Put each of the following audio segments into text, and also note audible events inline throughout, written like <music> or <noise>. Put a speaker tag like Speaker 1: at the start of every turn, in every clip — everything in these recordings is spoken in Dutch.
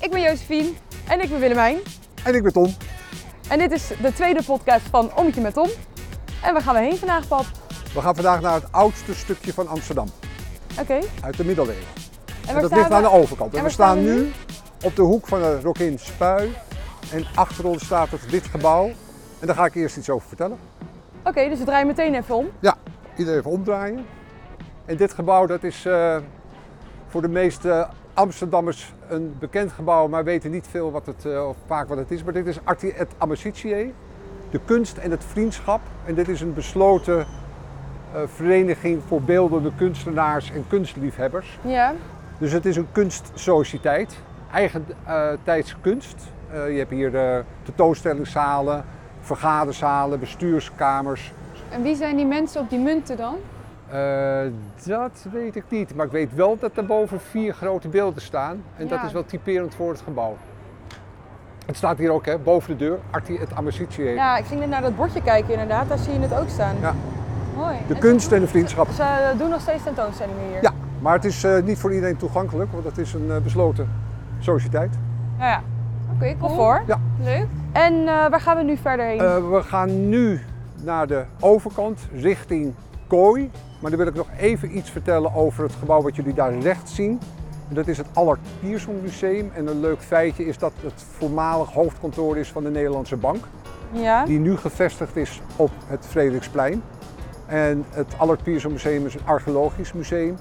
Speaker 1: Ik ben Josephine. En ik ben Willemijn.
Speaker 2: En ik ben Tom.
Speaker 1: En dit is de tweede podcast van Ommetje met Tom. En waar gaan we heen vandaag, pap?
Speaker 2: We gaan vandaag naar het oudste stukje van Amsterdam,
Speaker 1: Oké.
Speaker 2: uit de middeleeuwen.
Speaker 1: En
Speaker 2: En
Speaker 1: waar
Speaker 2: dat
Speaker 1: staan
Speaker 2: ligt
Speaker 1: we?
Speaker 2: aan de overkant.
Speaker 1: en
Speaker 2: En, we
Speaker 1: waar staan
Speaker 2: staan
Speaker 1: we
Speaker 2: nu op de hoek van de Rokin Spui. En achter ons staat het, dit gebouw. En daar ga ik eerst iets over vertellen.
Speaker 1: Oké, dus we draaien meteen even om.
Speaker 2: Ja, iedereen even omdraaien. En dit gebouw dat is eh, voor de meeste Amsterdammers een bekend gebouw, maar weten niet veel wat het, eh, of vaak wat het is. Maar dit is Arti et Amicitiae, de kunst en het vriendschap. En dit is een besloten eh, vereniging voor beeldende kunstenaars en kunstliefhebbers.
Speaker 1: Ja.
Speaker 2: Dus het is een kunstsociëteit, eigen eh, tijds kunst. Eh, je hebt hier eh, tentoonstellingszalen, vergaderzalen, bestuurskamers,
Speaker 1: En wie zijn die mensen op die munten dan?
Speaker 2: eh, dat weet ik niet, maar ik weet wel dat er boven vier grote beelden staan. En dat
Speaker 1: Ja.
Speaker 2: is wel typerend voor het gebouw. Het staat hier ook, hè, boven de deur, Arti et Amicitiae.
Speaker 1: Ja, ik ging net naar dat bordje kijken inderdaad. Daar zie je het ook staan.
Speaker 2: Ja.
Speaker 1: Mooi.
Speaker 2: De
Speaker 1: En
Speaker 2: kunst
Speaker 1: ze-
Speaker 2: en de vriendschap.
Speaker 1: Ze doen nog steeds tentoonstellingen hier.
Speaker 2: Ja, maar het is eh, niet voor iedereen toegankelijk, want het is een eh, besloten sociëteit.
Speaker 1: Ja, ja.
Speaker 3: Oké, cool.
Speaker 1: Of hoor.
Speaker 2: Ja.
Speaker 3: Leuk.
Speaker 1: En eh, waar gaan we nu verder heen?
Speaker 2: Eh, we gaan nu naar de overkant, richting Kooi. Maar dan wil ik nog even iets vertellen over het gebouw wat jullie daar rechts zien. En dat is het Allard Pierson Museum. En een leuk feitje is dat het voormalig hoofdkantoor is van de Nederlandse Bank.
Speaker 1: ja.
Speaker 2: Die nu gevestigd is op het Frederiksplein. En het Allard Pierson Museum is een archeologisch museum.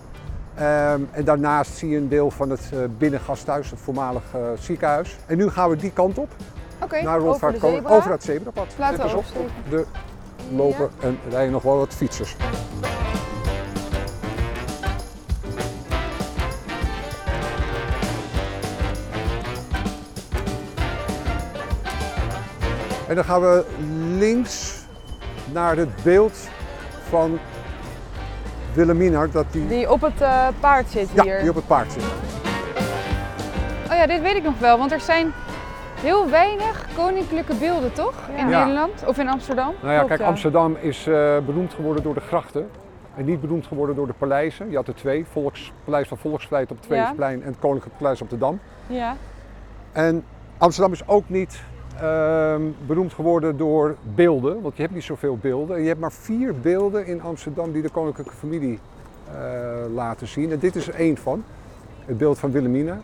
Speaker 2: Ehm, en daarnaast zie je een deel van het eh, binnengasthuis, het voormalig eh, ziekenhuis. En nu gaan we die kant op.
Speaker 3: Oké,
Speaker 2: Naar
Speaker 1: over
Speaker 2: Rondvaart
Speaker 1: de
Speaker 2: Koning.
Speaker 1: zebra.
Speaker 2: Over het zebrapad.
Speaker 3: Laten
Speaker 2: Let
Speaker 3: we
Speaker 2: eens op,
Speaker 3: oversteken.
Speaker 2: er lopen en rijden nog wel wat fietsers. En dan gaan we links naar het beeld van Wilhelmina, dat die,
Speaker 1: Die op het eh, paard zit
Speaker 2: ja,
Speaker 1: hier.
Speaker 2: die op het paard zit.
Speaker 3: Oh ja, dit weet ik nog wel, want er zijn heel weinig koninklijke beelden, toch?
Speaker 1: Ja.
Speaker 3: In
Speaker 2: Ja.
Speaker 3: Nederland of in Amsterdam?
Speaker 2: Nou ja,
Speaker 1: Klopt,
Speaker 2: kijk,
Speaker 1: ja.
Speaker 2: Amsterdam is eh, beroemd geworden door de grachten. En niet beroemd geworden door de paleizen. Je had er twee: Volks, Paleis van Volksvrijheid op het
Speaker 1: Ja.
Speaker 2: Tweesplein en het Koninklijk Paleis op de Dam.
Speaker 1: Ja.
Speaker 2: En Amsterdam is ook niet ehm, beroemd geworden door beelden, want je hebt niet zoveel beelden. En je hebt maar vier beelden in Amsterdam die de koninklijke familie eh, laten zien. En dit is er één van, het beeld van Wilhelmina.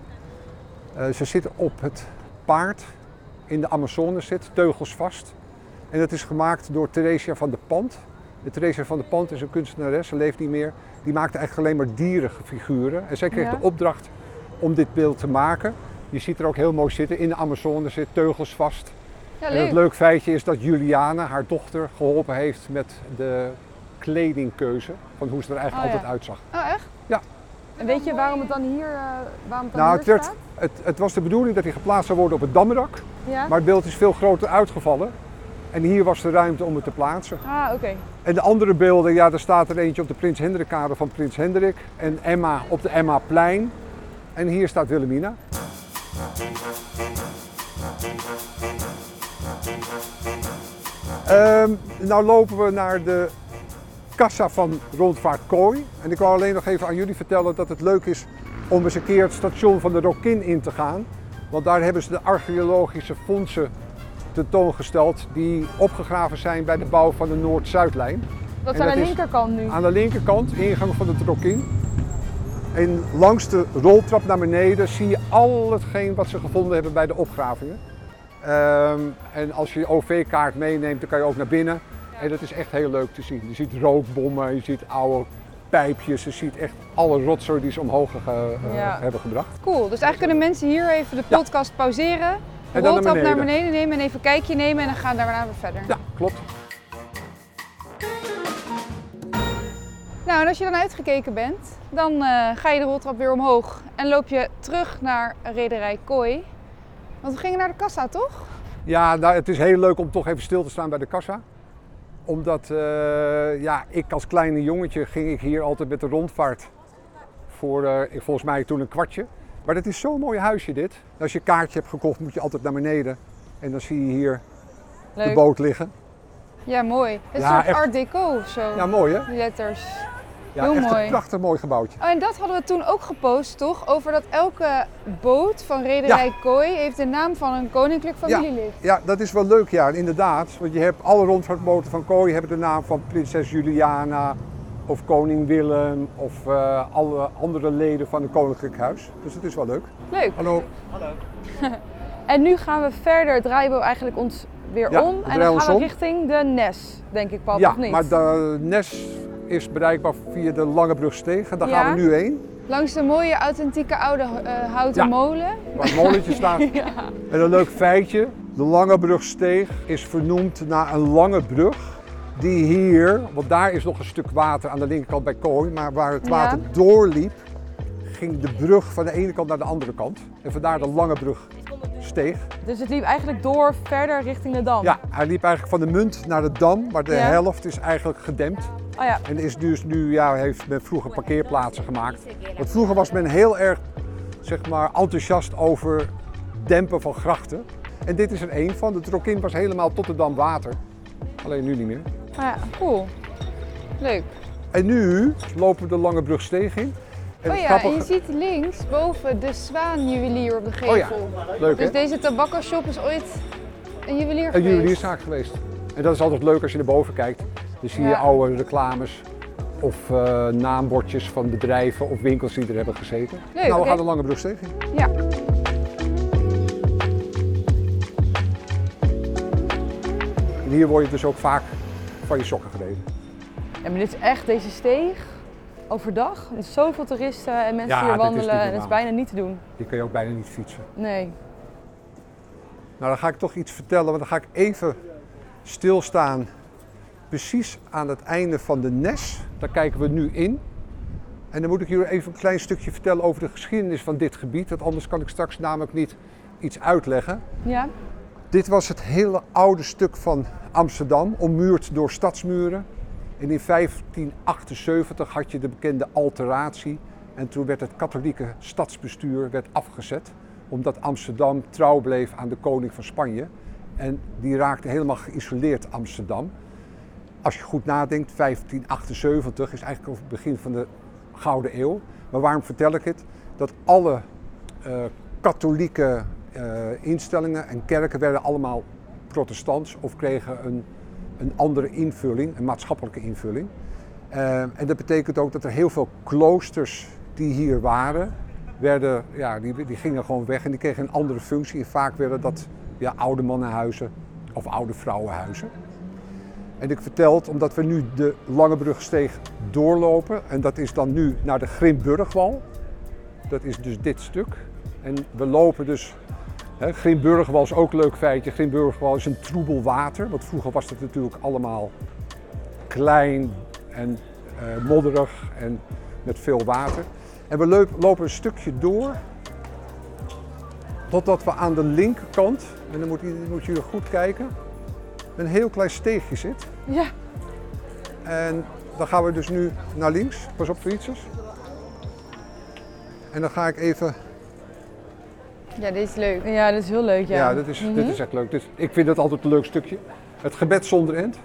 Speaker 2: Eh, ze zit op het paard, in de Amazone zit, teugels vast. En dat is gemaakt door Theresia van de Pand. En Theresia van de Pand is een kunstenares, ze leeft niet meer. Die maakte eigenlijk alleen maar dierenfiguren. En zij kreeg
Speaker 1: Ja.
Speaker 2: de opdracht om dit beeld te maken. Je ziet er ook heel mooi zitten. In de Amazone zit teugels vast.
Speaker 3: Ja,
Speaker 2: En het
Speaker 3: leuk.
Speaker 2: leuk feitje is dat Juliana, haar dochter, geholpen heeft met de kledingkeuze. Van hoe ze er eigenlijk
Speaker 1: Oh,
Speaker 2: altijd
Speaker 1: ja.
Speaker 2: uitzag.
Speaker 3: Oh, echt?
Speaker 1: En weet je waarom het dan hier, eh, waarom het dan
Speaker 2: Nou,
Speaker 1: hier
Speaker 2: het, werd,
Speaker 1: staat?
Speaker 2: het, het was de bedoeling dat hij geplaatst zou worden op het Damrak.
Speaker 1: Ja.
Speaker 2: Maar het beeld is veel groter uitgevallen. En hier was de ruimte om het te plaatsen.
Speaker 1: Ah, oké.
Speaker 2: En de andere beelden, ja, daar staat er eentje op de Prins Hendrikkade van Prins Hendrik. En Emma op de Emmaplein. En hier staat Wilhelmina. Ehm nou lopen we naar de kassa van Rondvaart Kooi. En ik wou alleen nog even aan jullie vertellen dat het leuk is om eens een keer het station van de Rokin in te gaan. Want daar hebben ze de archeologische fondsen tentoongesteld die opgegraven zijn bij de bouw van de Noord-Zuidlijn.
Speaker 1: Dat
Speaker 2: En
Speaker 1: is aan
Speaker 2: dat
Speaker 1: de
Speaker 2: is- Ah.
Speaker 1: linkerkant nu.
Speaker 2: Aan de linkerkant, ingang van het Rokin. En langs de roltrap naar beneden zie je al hetgeen wat ze gevonden hebben bij de opgravingen. Ehm, en als je je OV-kaart meeneemt, dan kan je ook naar binnen. En dat is echt heel leuk te zien. Je ziet rookbommen, je ziet oude pijpjes, je ziet echt alle rotzooi die ze omhoog eh, eh,
Speaker 1: Ja.
Speaker 2: hebben gebracht.
Speaker 3: Cool. Dus eigenlijk kunnen mensen hier even de
Speaker 2: Ja.
Speaker 3: podcast pauzeren, de
Speaker 2: dan naar
Speaker 3: roltrap naar
Speaker 2: beneden.
Speaker 3: beneden nemen en even een kijkje nemen en dan gaan we daarna weer verder.
Speaker 2: Ja, klopt.
Speaker 3: Nou, en als je dan uitgekeken bent, dan eh, ga je de roltrap weer omhoog en loop je terug naar rederij Kooi. Want we gingen naar de kassa, toch?
Speaker 2: Ja, nou, het is heel leuk om toch even stil te staan bij de kassa. Omdat eh, ja, ik als kleine jongetje ging ik hier altijd met de rondvaart. Voor eh, ik- volgens mij toen een kwartje. Maar het is zo'n mooi huisje dit. Als je een kaartje hebt gekocht moet je altijd naar beneden. En dan zie je hier de
Speaker 1: Leuk.
Speaker 2: boot liggen.
Speaker 3: Ja, mooi. Het is
Speaker 2: Ja,
Speaker 3: een soort
Speaker 2: echt.
Speaker 3: art deco of zo,
Speaker 2: Ja, mooi hè?
Speaker 3: die letters.
Speaker 2: Ja,
Speaker 3: Heel
Speaker 2: echt
Speaker 3: mooi.
Speaker 2: een prachtig mooi gebouwtje.
Speaker 3: Oh, en dat hadden we toen ook gepost, toch? Over dat elke boot van Rederij Kooi heeft de naam van een koninklijk familielid.
Speaker 2: Ja, dat is wel leuk, ja, inderdaad. Want je hebt alle rondvaartboten van Kooi hebben de naam van prinses Juliana of koning Willem of eh, alle andere leden van het koninklijk huis. Dus dat is wel leuk.
Speaker 1: Leuk.
Speaker 2: Hallo.
Speaker 1: En nu gaan we verder, draaien we eigenlijk ons weer
Speaker 2: Ja, we
Speaker 1: om. En
Speaker 2: draaien
Speaker 1: dan
Speaker 2: ons
Speaker 1: gaan we
Speaker 2: om.
Speaker 1: richting de Nes, denk ik, pap,
Speaker 2: ja,
Speaker 1: of niet?
Speaker 2: maar de Nes is bereikbaar via de Langebrugsteeg. En daar
Speaker 1: Ja.
Speaker 2: gaan we nu heen.
Speaker 3: Langs de mooie, authentieke oude eh, houten
Speaker 2: Ja.
Speaker 3: molen.
Speaker 2: Waar het molentje staat. En een leuk feitje. De Langebrugsteeg is vernoemd naar een lange brug. Die hier, want daar is nog een stuk water aan de linkerkant bij Kooi. Maar waar het
Speaker 3: Ja.
Speaker 2: water doorliep, ging de brug van de ene kant naar de andere kant. En vandaar de lange brugsteeg.
Speaker 1: Dus het liep eigenlijk door verder richting de Dam.
Speaker 2: Ja, hij liep eigenlijk van de munt naar de dam. Maar de
Speaker 1: Ja.
Speaker 2: helft is eigenlijk gedempt.
Speaker 1: Oh ja,
Speaker 2: En is dus nu, ja, heeft men vroeger parkeerplaatsen gemaakt. Want vroeger was men heel erg zeg maar, enthousiast over dempen van grachten. En dit is er één van. De Trokin was helemaal tot de dam water. Alleen nu niet meer.
Speaker 3: Ah ja, cool. Leuk.
Speaker 2: En nu lopen we de Lange Brugsteeg in. En
Speaker 3: Oh
Speaker 2: het
Speaker 3: ja, en
Speaker 2: grappige-
Speaker 3: je ziet links boven de zwaanjuwelier op de
Speaker 2: Oh ja,
Speaker 3: gevel.
Speaker 2: leuk hè?
Speaker 3: Dus deze tabakkershop is ooit een juwelier
Speaker 2: Een
Speaker 3: geweest.
Speaker 2: juwelierszaak geweest. En dat is altijd leuk als je naar boven kijkt. Dan zie je
Speaker 3: Ja.
Speaker 2: oude reclames of eh, naambordjes van bedrijven of winkels die er hebben gezeten. nou, we
Speaker 3: oké.
Speaker 2: gaan de Lange Brugsteeg in.
Speaker 3: Ja.
Speaker 2: En hier word je dus ook vaak van je sokken gereden.
Speaker 1: Ja, maar dit is echt deze steeg. Overdag, met zoveel toeristen en mensen
Speaker 2: Ja,
Speaker 1: die hier
Speaker 2: dit is
Speaker 1: wandelen. en
Speaker 2: niet
Speaker 1: het is
Speaker 2: normaal.
Speaker 1: bijna niet te doen.
Speaker 2: Die kun je ook bijna niet fietsen.
Speaker 1: Nee.
Speaker 2: Nou, dan ga ik toch iets vertellen, want dan ga ik even stilstaan. Precies aan het einde van de Nes. Daar kijken we nu in. En dan moet ik jullie even een klein stukje vertellen over de geschiedenis van dit gebied. Want anders kan ik straks namelijk niet iets uitleggen.
Speaker 1: Ja,
Speaker 2: Dit was het hele oude stuk van Amsterdam, ommuurd door stadsmuren. En in 1578 had je de bekende alteratie. En toen werd het katholieke stadsbestuur werd afgezet. Omdat Amsterdam trouw bleef aan de koning van Spanje. En die raakte helemaal geïsoleerd Amsterdam. Als je goed nadenkt, 1578 is eigenlijk het begin van de Gouden Eeuw. Maar waarom vertel ik het? Dat alle eh, katholieke eh, instellingen en kerken werden allemaal protestants of kregen een, een andere invulling, een maatschappelijke invulling. Eh, en dat betekent ook dat er heel veel kloosters die hier waren, werden, ja, die, die gingen gewoon weg en die kregen een andere functie. En vaak werden dat ja, oude mannenhuizen of oude vrouwenhuizen. En ik verteld omdat we nu de Langebrugsteeg doorlopen. En dat is dan nu naar de Grimburgwal. Dat is dus dit stuk. En we lopen dus. Hè, Grimburgwal is ook een leuk feitje. Grimburgwal is een troebel water. Want vroeger was het natuurlijk allemaal klein en eh, modderig en met veel water. En we leup- lopen een stukje door. Totdat we aan de linkerkant, en dan moet, i- moet jullie goed kijken, een heel klein steegje zit.
Speaker 1: ja.
Speaker 2: En dan gaan we dus nu naar links. Pas op fietsers. En dan ga ik even.
Speaker 3: Ja, deze is leuk.
Speaker 1: ja dat is heel leuk. Ja,
Speaker 2: Ja, dit, is, dit is echt leuk. Dit, ik vind het altijd een leuk stukje. Het gebed zonder end.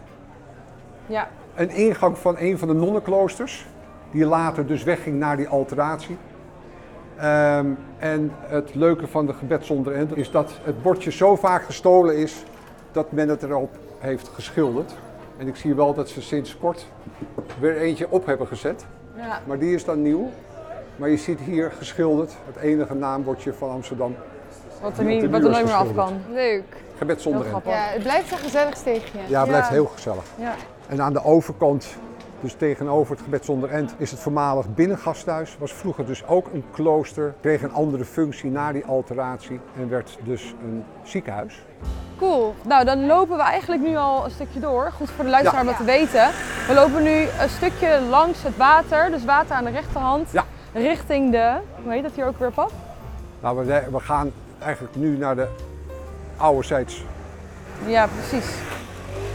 Speaker 1: Ja.
Speaker 2: Een ingang van een van de nonnenkloosters. Die later dus wegging naar die alteratie. Ehm, en het leuke van de gebed zonder end is dat het bordje zo vaak gestolen is dat men het erop heeft geschilderd. En ik zie wel dat ze sinds kort weer eentje op hebben gezet.
Speaker 1: Ja.
Speaker 2: Maar die is dan nieuw. Maar je ziet hier geschilderd het enige naambordje van Amsterdam.
Speaker 1: Wat er,
Speaker 2: Die op
Speaker 1: niet,
Speaker 2: de
Speaker 1: wat er
Speaker 2: muur
Speaker 1: nooit
Speaker 2: is
Speaker 1: meer af
Speaker 2: geschilderd.
Speaker 1: kan.
Speaker 3: Leuk.
Speaker 2: Gebed
Speaker 1: Heel
Speaker 2: zonder end.
Speaker 1: grappig.
Speaker 3: Ja, het blijft een gezellig steegje.
Speaker 2: Ja, het blijft
Speaker 1: Ja.
Speaker 2: heel gezellig.
Speaker 1: Ja.
Speaker 2: En aan de overkant, dus tegenover het gebed zonder end, is het voormalig binnengasthuis. Was vroeger dus ook een klooster. Kreeg een andere functie na die alteratie en werd dus een ziekenhuis.
Speaker 3: Cool.
Speaker 1: Nou, dan lopen we eigenlijk nu al een stukje door. Goed voor de luisteraar om dat te weten. We lopen nu een stukje langs het water, dus water aan de rechterhand,
Speaker 2: Ja.
Speaker 1: richting de, hoe heet dat hier ook weer, pap?
Speaker 2: Nou, we, we gaan eigenlijk nu naar de ouderzijds
Speaker 1: Ja, precies.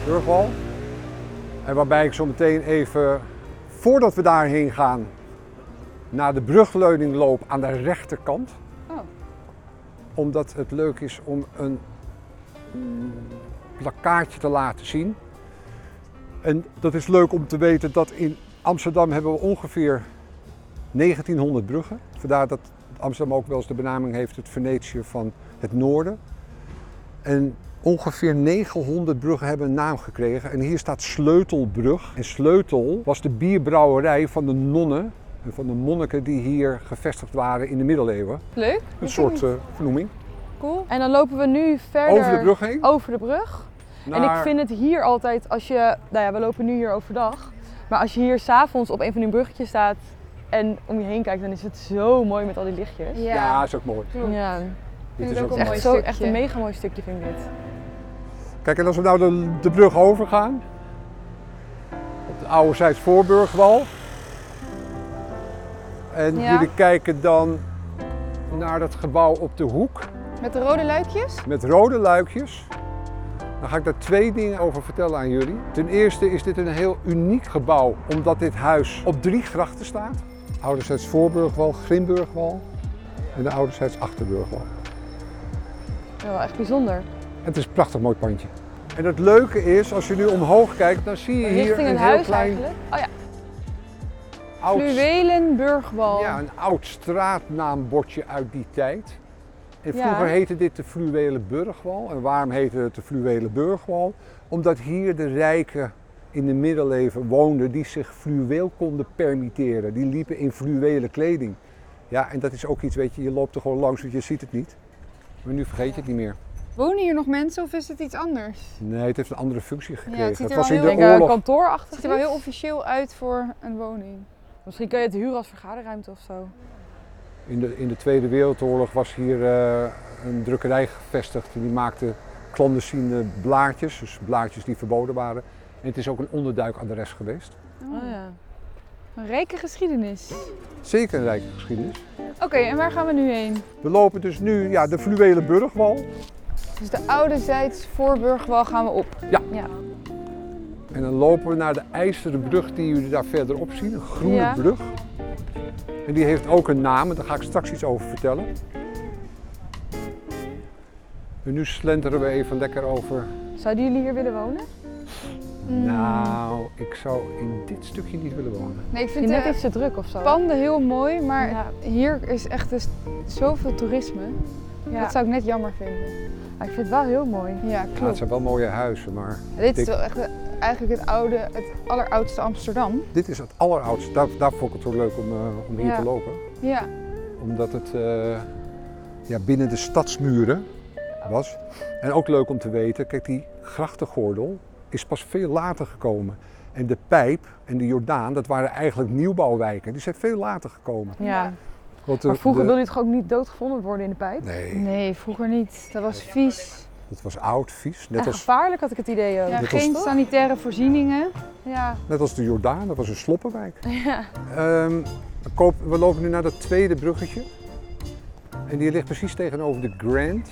Speaker 2: Burgwal. En waarbij ik zo meteen even, voordat we daarheen gaan, naar de brugleuning loop aan de rechterkant.
Speaker 3: Oh.
Speaker 2: Omdat het leuk is om een mm, plakkaatje te laten zien. En dat is leuk om te weten dat in Amsterdam hebben we ongeveer 1900 bruggen. Vandaar dat Amsterdam ook wel eens de benaming heeft het Venetië van het noorden. En ongeveer 900 bruggen hebben een naam gekregen. En hier staat Sleutelbrug. En Sleutel was de bierbrouwerij van de nonnen en van de monniken die hier gevestigd waren in de middeleeuwen.
Speaker 1: Leuk.
Speaker 2: Een soort eh, vernoeming.
Speaker 3: Cool.
Speaker 1: En dan lopen we nu verder
Speaker 2: Over de brug heen.
Speaker 1: Over de brug. En ik
Speaker 2: naar-
Speaker 1: vind het hier altijd, als je, nou ja, we lopen nu hier overdag. Maar als je hier s'avonds op een van die bruggetjes staat en om je heen kijkt, dan is het zo mooi met al die lichtjes.
Speaker 3: Ja.
Speaker 2: Ja, is ook mooi.
Speaker 3: Klopt.
Speaker 1: Ja,
Speaker 2: Dit
Speaker 3: het
Speaker 2: is
Speaker 3: ook
Speaker 2: ook
Speaker 3: wel
Speaker 2: mooi.
Speaker 1: echt,
Speaker 3: mooi
Speaker 1: zo,
Speaker 3: stukje.
Speaker 1: echt een mega mooi stukje vind ik dit.
Speaker 2: Kijk, en als we nou de, de brug overgaan, op de oude Zijds Voorburgwal. En
Speaker 3: Ja.
Speaker 2: jullie kijken dan naar dat gebouw op de hoek
Speaker 3: Met de rode luikjes.
Speaker 2: met rode luikjes. Dan ga ik daar twee dingen over vertellen aan jullie. Ten eerste is dit een heel uniek gebouw, omdat dit huis op drie grachten staat. Ouderzijds Voorburgwal, Grimburgwal en de ouderzijds Achterburgwal.
Speaker 1: Ja, wel echt bijzonder.
Speaker 2: En het is een prachtig mooi pandje. En het leuke is, als je nu omhoog kijkt, dan zie je hier
Speaker 1: Richting het
Speaker 2: een heel
Speaker 1: huis
Speaker 2: klein
Speaker 1: eigenlijk. Oh ja,
Speaker 2: oud,
Speaker 1: Fluwelenburgwal.
Speaker 2: ja, een oud straatnaambordje uit die tijd. En
Speaker 1: Ja.
Speaker 2: vroeger heette dit de Fluwelen Burgwal. En waarom heette het de Fluwelen Burgwal? Omdat hier de rijken in de middeleeuwen woonden die zich fluweel konden permitteren. Die liepen in fluwelen kleding. Ja, en dat is ook iets, weet je, je loopt er gewoon langs, want je ziet het niet. Maar nu vergeet je het niet meer.
Speaker 3: Wonen hier nog mensen of is het iets anders?
Speaker 2: Nee, het heeft een andere functie gekregen.
Speaker 3: het ziet er
Speaker 2: was
Speaker 3: wel
Speaker 2: in
Speaker 1: Ik
Speaker 2: de
Speaker 3: heel-
Speaker 1: denk eh,
Speaker 2: oorlog.
Speaker 1: kantoorachtig.
Speaker 3: Het ziet er wel
Speaker 1: iets.
Speaker 3: heel officieel uit voor een woning.
Speaker 1: Misschien kan je het huren als vergaderruimte of zo.
Speaker 2: In de, in de Tweede Wereldoorlog was hier eh, een drukkerij gevestigd. En die maakte clandestine blaadjes, dus blaadjes die verboden waren. En het is ook een onderduikadres geweest.
Speaker 1: Oh ja.
Speaker 3: Een rijke geschiedenis.
Speaker 2: Zeker een rijke geschiedenis.
Speaker 3: Oké, en waar gaan we nu heen?
Speaker 2: We lopen dus nu ja, de fluwelen burgwal.
Speaker 3: Dus de oude Zijds Voorburgwal gaan we op.
Speaker 2: En dan lopen we naar de IJzeren brug die jullie daar verderop zien. Een groene
Speaker 1: Ja.
Speaker 2: brug. En die heeft ook een naam en daar ga ik straks iets over vertellen. En nu slenteren we even lekker over
Speaker 1: Zouden jullie hier willen wonen?
Speaker 2: Nou, ik zou in dit stukje niet willen wonen.
Speaker 3: Nee, ik
Speaker 1: Vind
Speaker 3: vind
Speaker 1: je net
Speaker 3: de
Speaker 1: iets te druk of zo?
Speaker 3: panden heel mooi, maar
Speaker 1: Ja.
Speaker 3: hier is echt dus zoveel toerisme.
Speaker 1: Ja.
Speaker 3: Dat zou ik net jammer vinden.
Speaker 1: Maar ik vind het wel heel mooi.
Speaker 3: Ja,
Speaker 2: Ja, het
Speaker 3: klopt.
Speaker 2: zijn wel mooie huizen, maar
Speaker 3: Dit
Speaker 2: ik-
Speaker 3: is wel echt de- eigenlijk het oude, het alleroudste Amsterdam.
Speaker 2: dit is het alleroudste. Daar, daar vond ik het ook leuk om, eh, om hier
Speaker 3: Ja.
Speaker 2: te lopen.
Speaker 3: Ja.
Speaker 2: Omdat het eh, ja, binnen de stadsmuren was. En ook leuk om te weten, kijk, die grachtengordel is pas veel later gekomen. En de Pijp en de Jordaan, dat waren eigenlijk nieuwbouwwijken. Die zijn veel later gekomen.
Speaker 1: Ja.
Speaker 3: Ja.
Speaker 2: Want de-
Speaker 1: Maar vroeger
Speaker 2: de-
Speaker 1: wilde je toch ook niet doodgevonden worden in de pijp?
Speaker 2: Nee,
Speaker 3: Nee, vroeger niet. Dat was vies.
Speaker 2: dat was oud, vies. Net
Speaker 1: En
Speaker 2: als,
Speaker 1: gevaarlijk had ik het idee ook.
Speaker 3: Ja,
Speaker 2: Dit was-
Speaker 3: geen sanitaire voorzieningen.
Speaker 1: Ja.
Speaker 2: Net als de Jordaan, dat was een
Speaker 1: <laughs>
Speaker 2: sloppenwijk. Ehm, we, koop- we lopen nu naar dat tweede bruggetje. En die ligt precies tegenover de Grand.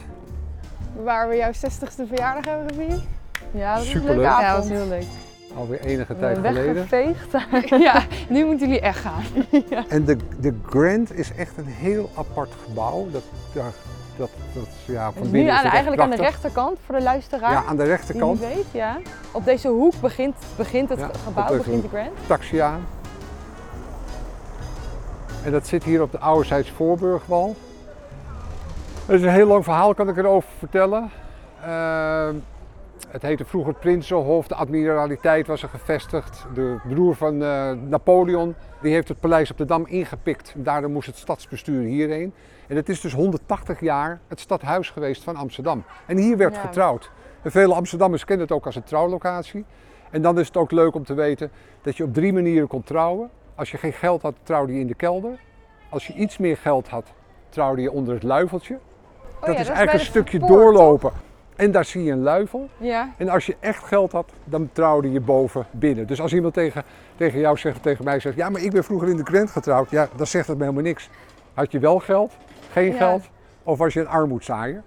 Speaker 3: Waar we jouw 60ste verjaardag hebben gevierd.
Speaker 1: Ja, dat was een
Speaker 2: Superleuk.
Speaker 1: leuke
Speaker 3: Ja,
Speaker 1: avond.
Speaker 3: dat was heel leuk.
Speaker 2: Alweer enige
Speaker 1: We
Speaker 2: tijd
Speaker 1: hebben
Speaker 2: geleden.
Speaker 1: weggeveegd.
Speaker 3: <laughs> ja, nu moeten jullie echt gaan.
Speaker 2: En de, de Grand is echt een heel apart gebouw. Dat, ja, dat, dat, ja, van
Speaker 1: Dus nu
Speaker 2: binnen is
Speaker 1: aan,
Speaker 2: het echt
Speaker 1: eigenlijk aan de
Speaker 2: prachtig.
Speaker 1: rechterkant voor de luisteraar.
Speaker 2: Ja, aan de
Speaker 1: Die niet
Speaker 2: rechterkant.
Speaker 1: weet, ja. Op deze hoek begint, begint het
Speaker 2: Ja, op
Speaker 1: gebouw,
Speaker 2: deze
Speaker 1: begint de
Speaker 2: hoek.
Speaker 1: Grand.
Speaker 2: Taxi aan. En dat zit hier op de ouderzijds Voorburgwal. Het is een heel lang verhaal, kan ik erover vertellen. Ehm, het heette vroeger het Prinsenhof, de admiraliteit was er gevestigd. De broer van eh, Napoleon die heeft het paleis op de Dam ingepikt. Daardoor moest het stadsbestuur hierheen. En het is dus 180 jaar het stadhuis geweest van Amsterdam. En hier werd
Speaker 1: Ja.
Speaker 2: getrouwd. En vele Amsterdammers kennen het ook als een trouwlocatie. En dan is het ook leuk om te weten dat je op drie manieren kon trouwen. Als je geen geld had, trouwde je in de kelder. Als je iets meer geld had, trouwde je onder het luifeltje.
Speaker 3: Oh
Speaker 2: dat
Speaker 3: ja,
Speaker 2: is
Speaker 3: bij
Speaker 2: eigenlijk
Speaker 3: de
Speaker 2: een stukje
Speaker 3: poort,
Speaker 2: doorlopen. En daar zie je een luifel.
Speaker 3: Ja,
Speaker 2: En als je echt geld had, dan trouwde je boven binnen. Dus als iemand tegen, tegen jou zegt, tegen mij zegt, ja, maar ik ben vroeger in de krent getrouwd. Ja, dan zegt dat me helemaal niks. Had je wel geld, geen
Speaker 1: Ja.
Speaker 2: geld, of was je een armoedzaaier?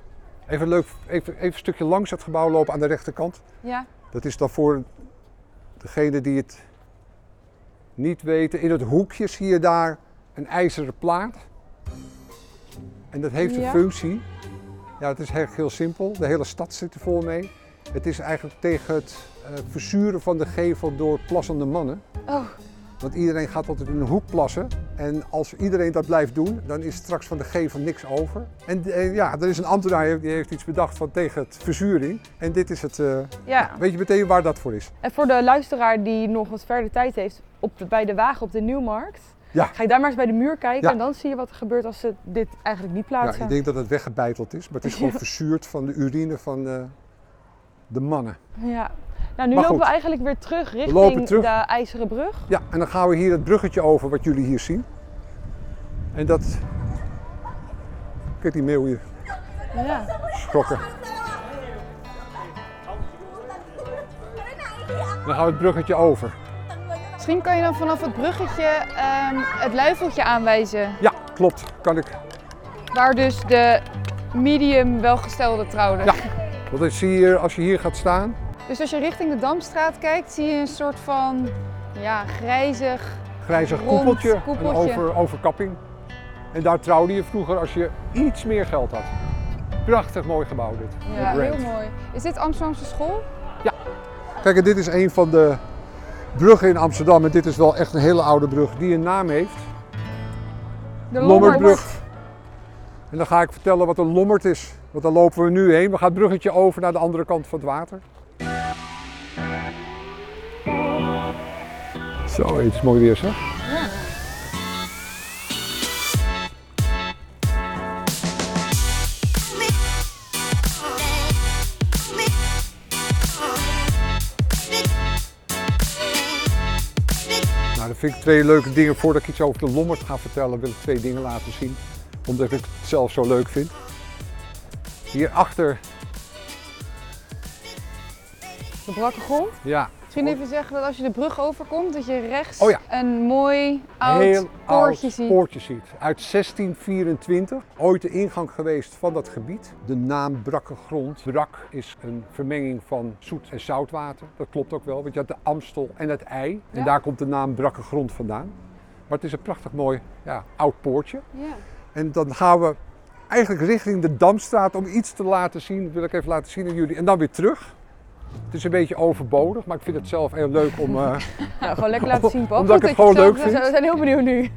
Speaker 2: Even leuk, even, even een stukje langs het gebouw lopen aan de rechterkant.
Speaker 3: ja.
Speaker 2: Dat is dan voor degene die het niet weten. In het hoekje zie je daar een ijzeren plaat. En dat heeft
Speaker 1: Ja.
Speaker 2: een functie. Ja, het is eigenlijk heel simpel. De hele stad zit er vol mee. Het is eigenlijk tegen het eh, verzuren van de gevel door plassende mannen.
Speaker 1: Oh,
Speaker 2: Want iedereen gaat altijd in een hoek plassen. En als iedereen dat blijft doen, dan is straks van de gevel niks over. En, eh, ja, er is een ambtenaar die heeft iets bedacht van tegen het verzuring. En dit is het. eh,
Speaker 1: Ja.
Speaker 2: weet je meteen waar dat voor is?
Speaker 1: En voor de luisteraar die nog wat verder tijd heeft, op, bij de wagen op de Nieuwmarkt.
Speaker 2: Ja.
Speaker 1: Ga je daar maar eens bij de muur kijken
Speaker 2: Ja.
Speaker 1: en dan zie je wat er gebeurt als ze dit eigenlijk niet
Speaker 2: Ja,
Speaker 1: plaatsen.
Speaker 2: ik denk dat het weggebeiteld is, maar het is gewoon verzuurd van de urine van eh, de mannen.
Speaker 1: Ja. Nou, nu
Speaker 2: Maar
Speaker 1: lopen we
Speaker 2: goed.
Speaker 1: eigenlijk weer terug
Speaker 2: lopen
Speaker 1: richting
Speaker 2: terug.
Speaker 1: de IJzeren Brug.
Speaker 2: Ja, en dan gaan we hier het bruggetje over wat jullie hier zien. En dat. Kijk die meeuw hier,
Speaker 1: Ja.
Speaker 2: schrokken. Dan gaan we het bruggetje over.
Speaker 3: Misschien kan je dan vanaf het bruggetje ehm, het luifeltje aanwijzen.
Speaker 2: Ja, klopt. Kan ik.
Speaker 3: Waar dus de medium welgestelde trouwde.
Speaker 2: Ja. Want dan zie je hier, als je hier gaat staan,
Speaker 3: Dus als je richting de Damstraat kijkt, zie je een soort van ja, grijzig.
Speaker 2: grijzig
Speaker 3: Rond
Speaker 2: koepeltje, een
Speaker 3: koepeltje.
Speaker 2: over, overkapping. En daar trouwde je vroeger als je iets meer geld had. Prachtig mooi gebouw dit.
Speaker 3: Ja,
Speaker 2: Brand.
Speaker 3: heel mooi. Is dit Amsterdamse school?
Speaker 2: Kijk, en dit is een van de bruggen in Amsterdam. En dit is wel echt een hele oude brug die een naam heeft.
Speaker 3: De
Speaker 2: <laughs> Lommerbrug. En dan ga ik vertellen wat een lommerd is. Want daar lopen we nu heen. We gaan het bruggetje over naar de andere kant van het water. Zo, het is mooi weer zeg. Nou, dat vind ik twee leuke dingen. Voordat ik iets over de Lommerd ga vertellen, wil ik twee dingen laten zien. Omdat ik het zelf zo leuk vind. Hierachter,
Speaker 1: De brakke grond.
Speaker 2: ja,
Speaker 3: Misschien even zeggen dat als je de brug overkomt, dat je rechts
Speaker 2: Oh ja.
Speaker 3: een mooi oud
Speaker 2: heel
Speaker 3: poortje
Speaker 2: oud
Speaker 3: ziet.
Speaker 2: poortje ziet. Uit 1624, ooit de ingang geweest van dat gebied. De naam Brakke Grond. Brak is een vermenging van zoet en zoutwater. Dat klopt ook wel, want je had de Amstel en het IJ. En
Speaker 3: Ja.
Speaker 2: daar komt de naam Brakke Grond vandaan. Maar het is een prachtig mooi ja, oud poortje.
Speaker 3: Ja.
Speaker 2: En dan gaan we eigenlijk richting de Damstraat om iets te laten zien. Dat wil ik even laten zien aan jullie. En dan weer terug. Het is een beetje overbodig, maar ik vind het zelf heel leuk om... eh,
Speaker 1: Nou, gewoon lekker laten zien, pap.
Speaker 2: Omdat ik het
Speaker 3: Goed dat
Speaker 2: gewoon
Speaker 3: je
Speaker 2: leuk
Speaker 3: het
Speaker 1: We zijn-
Speaker 2: vind.
Speaker 1: we zijn heel benieuwd nu.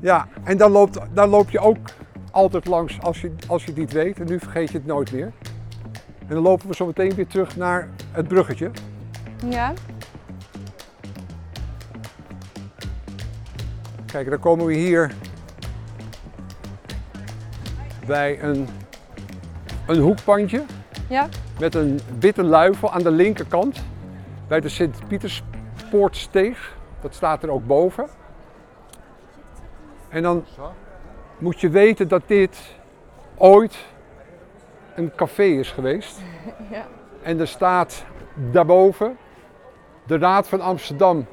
Speaker 2: Ja, en dan, loopt, dan loop je ook altijd langs als je, als je het niet weet. En nu vergeet je het nooit meer. En dan lopen we zo meteen weer terug naar het bruggetje.
Speaker 3: Ja.
Speaker 2: Kijk, dan komen we hier bij een, een hoekpandje.
Speaker 3: Ja.
Speaker 2: Met een witte luifel aan de linkerkant. Bij de Sint-Pieterspoortsteeg. Dat staat er ook boven. En dan moet je weten dat dit ooit een café is geweest.
Speaker 1: Ja.
Speaker 2: En er staat daarboven de Raad van Amsterdam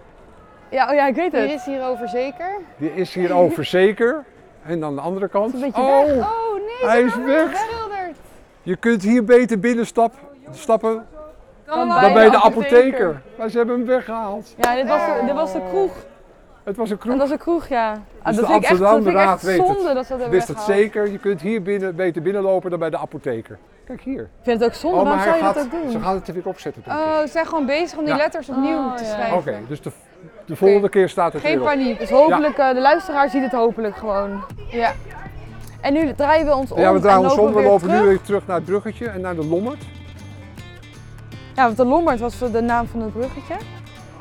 Speaker 1: Ja, oh ja, ik weet het.
Speaker 3: Er is hierover zeker.
Speaker 2: Die is hierover zeker. En aan de andere kant.
Speaker 1: Is een beetje
Speaker 2: oh,
Speaker 3: Oh nee,
Speaker 2: Hij
Speaker 3: ze
Speaker 2: is
Speaker 3: hebben
Speaker 2: weg.
Speaker 3: geschilderd.
Speaker 2: je kunt hier beter binnenstappen stappen
Speaker 3: Dan
Speaker 1: Dan
Speaker 3: bij
Speaker 2: dan bij de
Speaker 1: apotheker.
Speaker 2: apotheker. Maar ze hebben hem weggehaald.
Speaker 1: Ja, dit was, de, dit was de kroeg.
Speaker 2: Het was een kroeg.
Speaker 1: Dat was de kroeg, ja. Ah,
Speaker 2: Dus
Speaker 1: dat
Speaker 2: de
Speaker 1: vind ik echt, dat vind ik
Speaker 2: Amsterdamraad
Speaker 1: echt
Speaker 2: weet het.
Speaker 1: zonde dat ze dat hebben
Speaker 2: Wist het
Speaker 1: weggehaald.
Speaker 2: zeker. Je kunt hier binnen, beter binnenlopen dan bij de apotheker. Kijk hier. Oh,
Speaker 1: Ik vind het ook zonde, waarom Oh, zou je
Speaker 2: gaat,
Speaker 1: dat ook doen?
Speaker 2: ze gaan het er weer opzetten. denk ik.
Speaker 3: Oh, ze zijn gewoon bezig om die
Speaker 2: Ja.
Speaker 3: letters opnieuw
Speaker 1: Oh,
Speaker 3: te
Speaker 1: ja.
Speaker 3: schrijven.
Speaker 2: Oké, dus de, de volgende keer staat het
Speaker 3: Geen
Speaker 2: weer op.
Speaker 3: paniek.
Speaker 1: Dus hopelijk, eh, de luisteraar ziet het hopelijk gewoon.
Speaker 3: Ja.
Speaker 1: En nu draaien we ons om
Speaker 2: Ja, we draaien
Speaker 1: en
Speaker 2: ons
Speaker 1: lopen
Speaker 2: om. We
Speaker 1: weer
Speaker 2: lopen nu
Speaker 1: terug.
Speaker 2: weer terug naar het bruggetje en naar de Lommerd.
Speaker 1: Ja, want de Lombard was de naam van het bruggetje.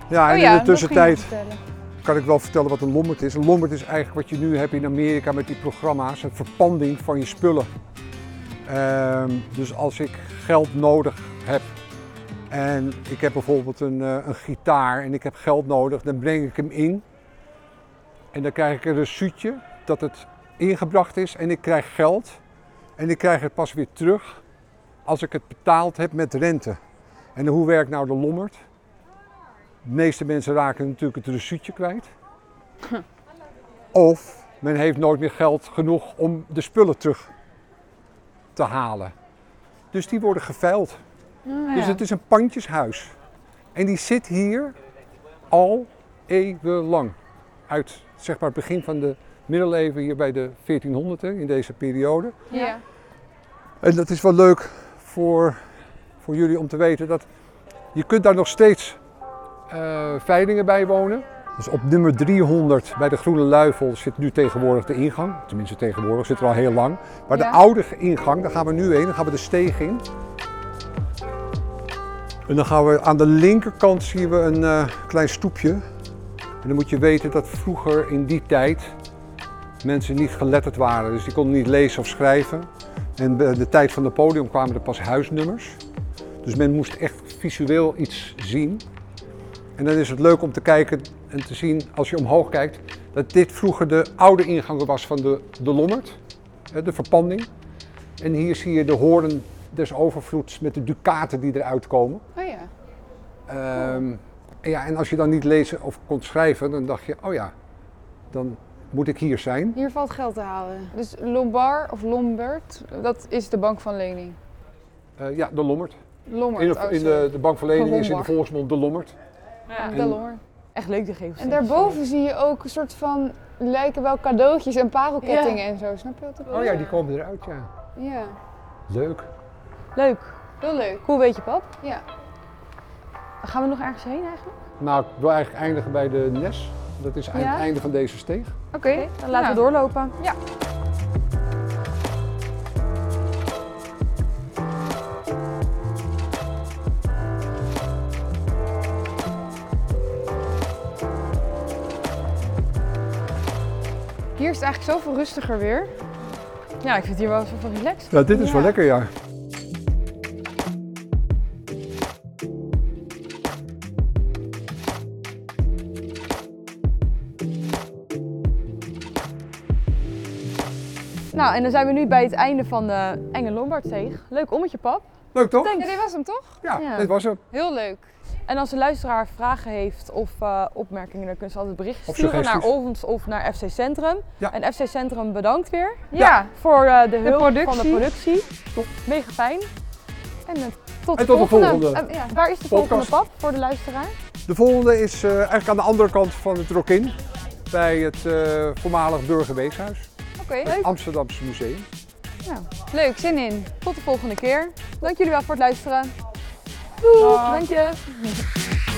Speaker 2: Ja, en
Speaker 3: oh ja,
Speaker 2: in de
Speaker 3: dat ging ik
Speaker 2: tussentijd
Speaker 3: vertellen.
Speaker 2: kan ik wel vertellen wat een lommerd is. Een lommerd is eigenlijk wat je nu hebt in Amerika met die programma's, een verpanding van je spullen. Ehm, dus als ik geld nodig heb en ik heb bijvoorbeeld een, eh, een gitaar en ik heb geld nodig, dan breng ik hem in. En dan krijg ik een recuutje dat het ingebracht is en ik krijg geld. En ik krijg het pas weer terug als ik het betaald heb met rente. En hoe werkt nou de lommerd? De meeste mensen raken natuurlijk het recuutje kwijt. Of men heeft nooit meer geld genoeg om de spullen terug te halen. Dus die worden geveild. Dus het is een pandjeshuis. En die zit hier al eeuwenlang. Uit zeg maar, het begin van de middeleeuwen hier bij de 1400 hè, in deze periode.
Speaker 3: Ja.
Speaker 2: En dat is wel leuk voor, voor jullie om te weten dat je kunt daar nog steeds eh veilingen bij wonen. Dus op nummer 300 bij de Groene Luifel zit nu tegenwoordig de ingang. Tenminste tegenwoordig, zit er al heel lang. Maar
Speaker 3: Ja.
Speaker 2: de oude ingang, daar gaan we nu heen. Dan gaan we de steeg in. En dan gaan we aan de linkerkant zien we een eh, klein stoepje. En dan moet je weten dat vroeger in die tijd mensen niet geletterd waren. Dus die konden niet lezen of schrijven. En bij de tijd van Napoleon kwamen er pas huisnummers. Dus men moest echt visueel iets zien. En dan is het leuk om te kijken en te zien als je omhoog kijkt dat dit vroeger de oude ingang was van de, de Lommerd, hè, de verpanding. En hier zie je de hoorn des overvloeds met de ducaten die eruit komen.
Speaker 3: Oh ja.
Speaker 2: Ehm, en ja, en als je dan niet lezen of kon schrijven, dan dacht je, oh ja, dan moet ik hier zijn.
Speaker 3: Hier valt geld te halen. Dus Lombard of Lombard, dat is de bank van lening.
Speaker 2: Eh, ja, de Lommerd.
Speaker 3: Lombard.
Speaker 2: In
Speaker 3: oh,
Speaker 2: de, in
Speaker 3: sorry.
Speaker 2: de, de bank van lening is in de
Speaker 3: Lombard.
Speaker 2: volksmond de Lommerd.
Speaker 3: Ja,
Speaker 2: en-
Speaker 3: de Lombard.
Speaker 1: Echt leuk die gevels.
Speaker 3: En daarboven zie je ook een soort van, lijken wel cadeautjes en parelkettingen
Speaker 1: Ja.
Speaker 3: en zo. Snap je wat ik bedoel?
Speaker 2: Oh ja, die komen eruit, ja.
Speaker 3: Ja,
Speaker 2: Leuk.
Speaker 1: Leuk.
Speaker 3: heel leuk.
Speaker 1: Cool weet je pap.
Speaker 3: Ja.
Speaker 1: Gaan we nog ergens heen eigenlijk?
Speaker 2: Nou, ik wil eigenlijk eindigen bij de Nes. Dat is eind-
Speaker 3: Ja?
Speaker 2: einde van deze steeg.
Speaker 3: Oké,
Speaker 1: Dan laten we
Speaker 3: Nou.
Speaker 1: doorlopen.
Speaker 3: Hier is het eigenlijk zoveel rustiger weer.
Speaker 1: Ja, ik vind het hier wel zo van relaxed.
Speaker 2: Ja, dit is wel
Speaker 3: Ja.
Speaker 2: lekker, ja.
Speaker 1: Nou, en dan zijn we nu bij het einde van de Enge Lombardsteeg. Leuk ommetje, pap.
Speaker 2: Leuk toch?
Speaker 3: Ja,
Speaker 1: Thanks.
Speaker 3: dit was hem toch?
Speaker 2: Ja,
Speaker 1: Ja.
Speaker 2: dit was hem.
Speaker 3: Heel leuk.
Speaker 1: En als de luisteraar vragen heeft of eh, opmerkingen, dan kunnen ze altijd berichten
Speaker 2: Of
Speaker 1: sturen naar
Speaker 2: suggesties.
Speaker 1: ons of naar FC Centrum.
Speaker 2: Ja.
Speaker 1: En FC Centrum bedankt weer
Speaker 3: Ja.
Speaker 1: voor eh, de hulp van de
Speaker 3: productie.
Speaker 1: productie. Mega fijn. En eh, tot,
Speaker 2: En tot de volgende.
Speaker 1: Eh, ja. Waar is de volgende
Speaker 2: Podcast.
Speaker 1: pap voor de luisteraar?
Speaker 2: De volgende is eh, eigenlijk aan de andere kant van het Rokin. Bij het eh, voormalig Burgerweeshuis.
Speaker 3: Oké,
Speaker 2: Het Amsterdamse Museum.
Speaker 3: leuk. Zin in.
Speaker 1: Tot de volgende keer. Dank jullie wel voor het luisteren.
Speaker 3: Doei.
Speaker 1: Dank je.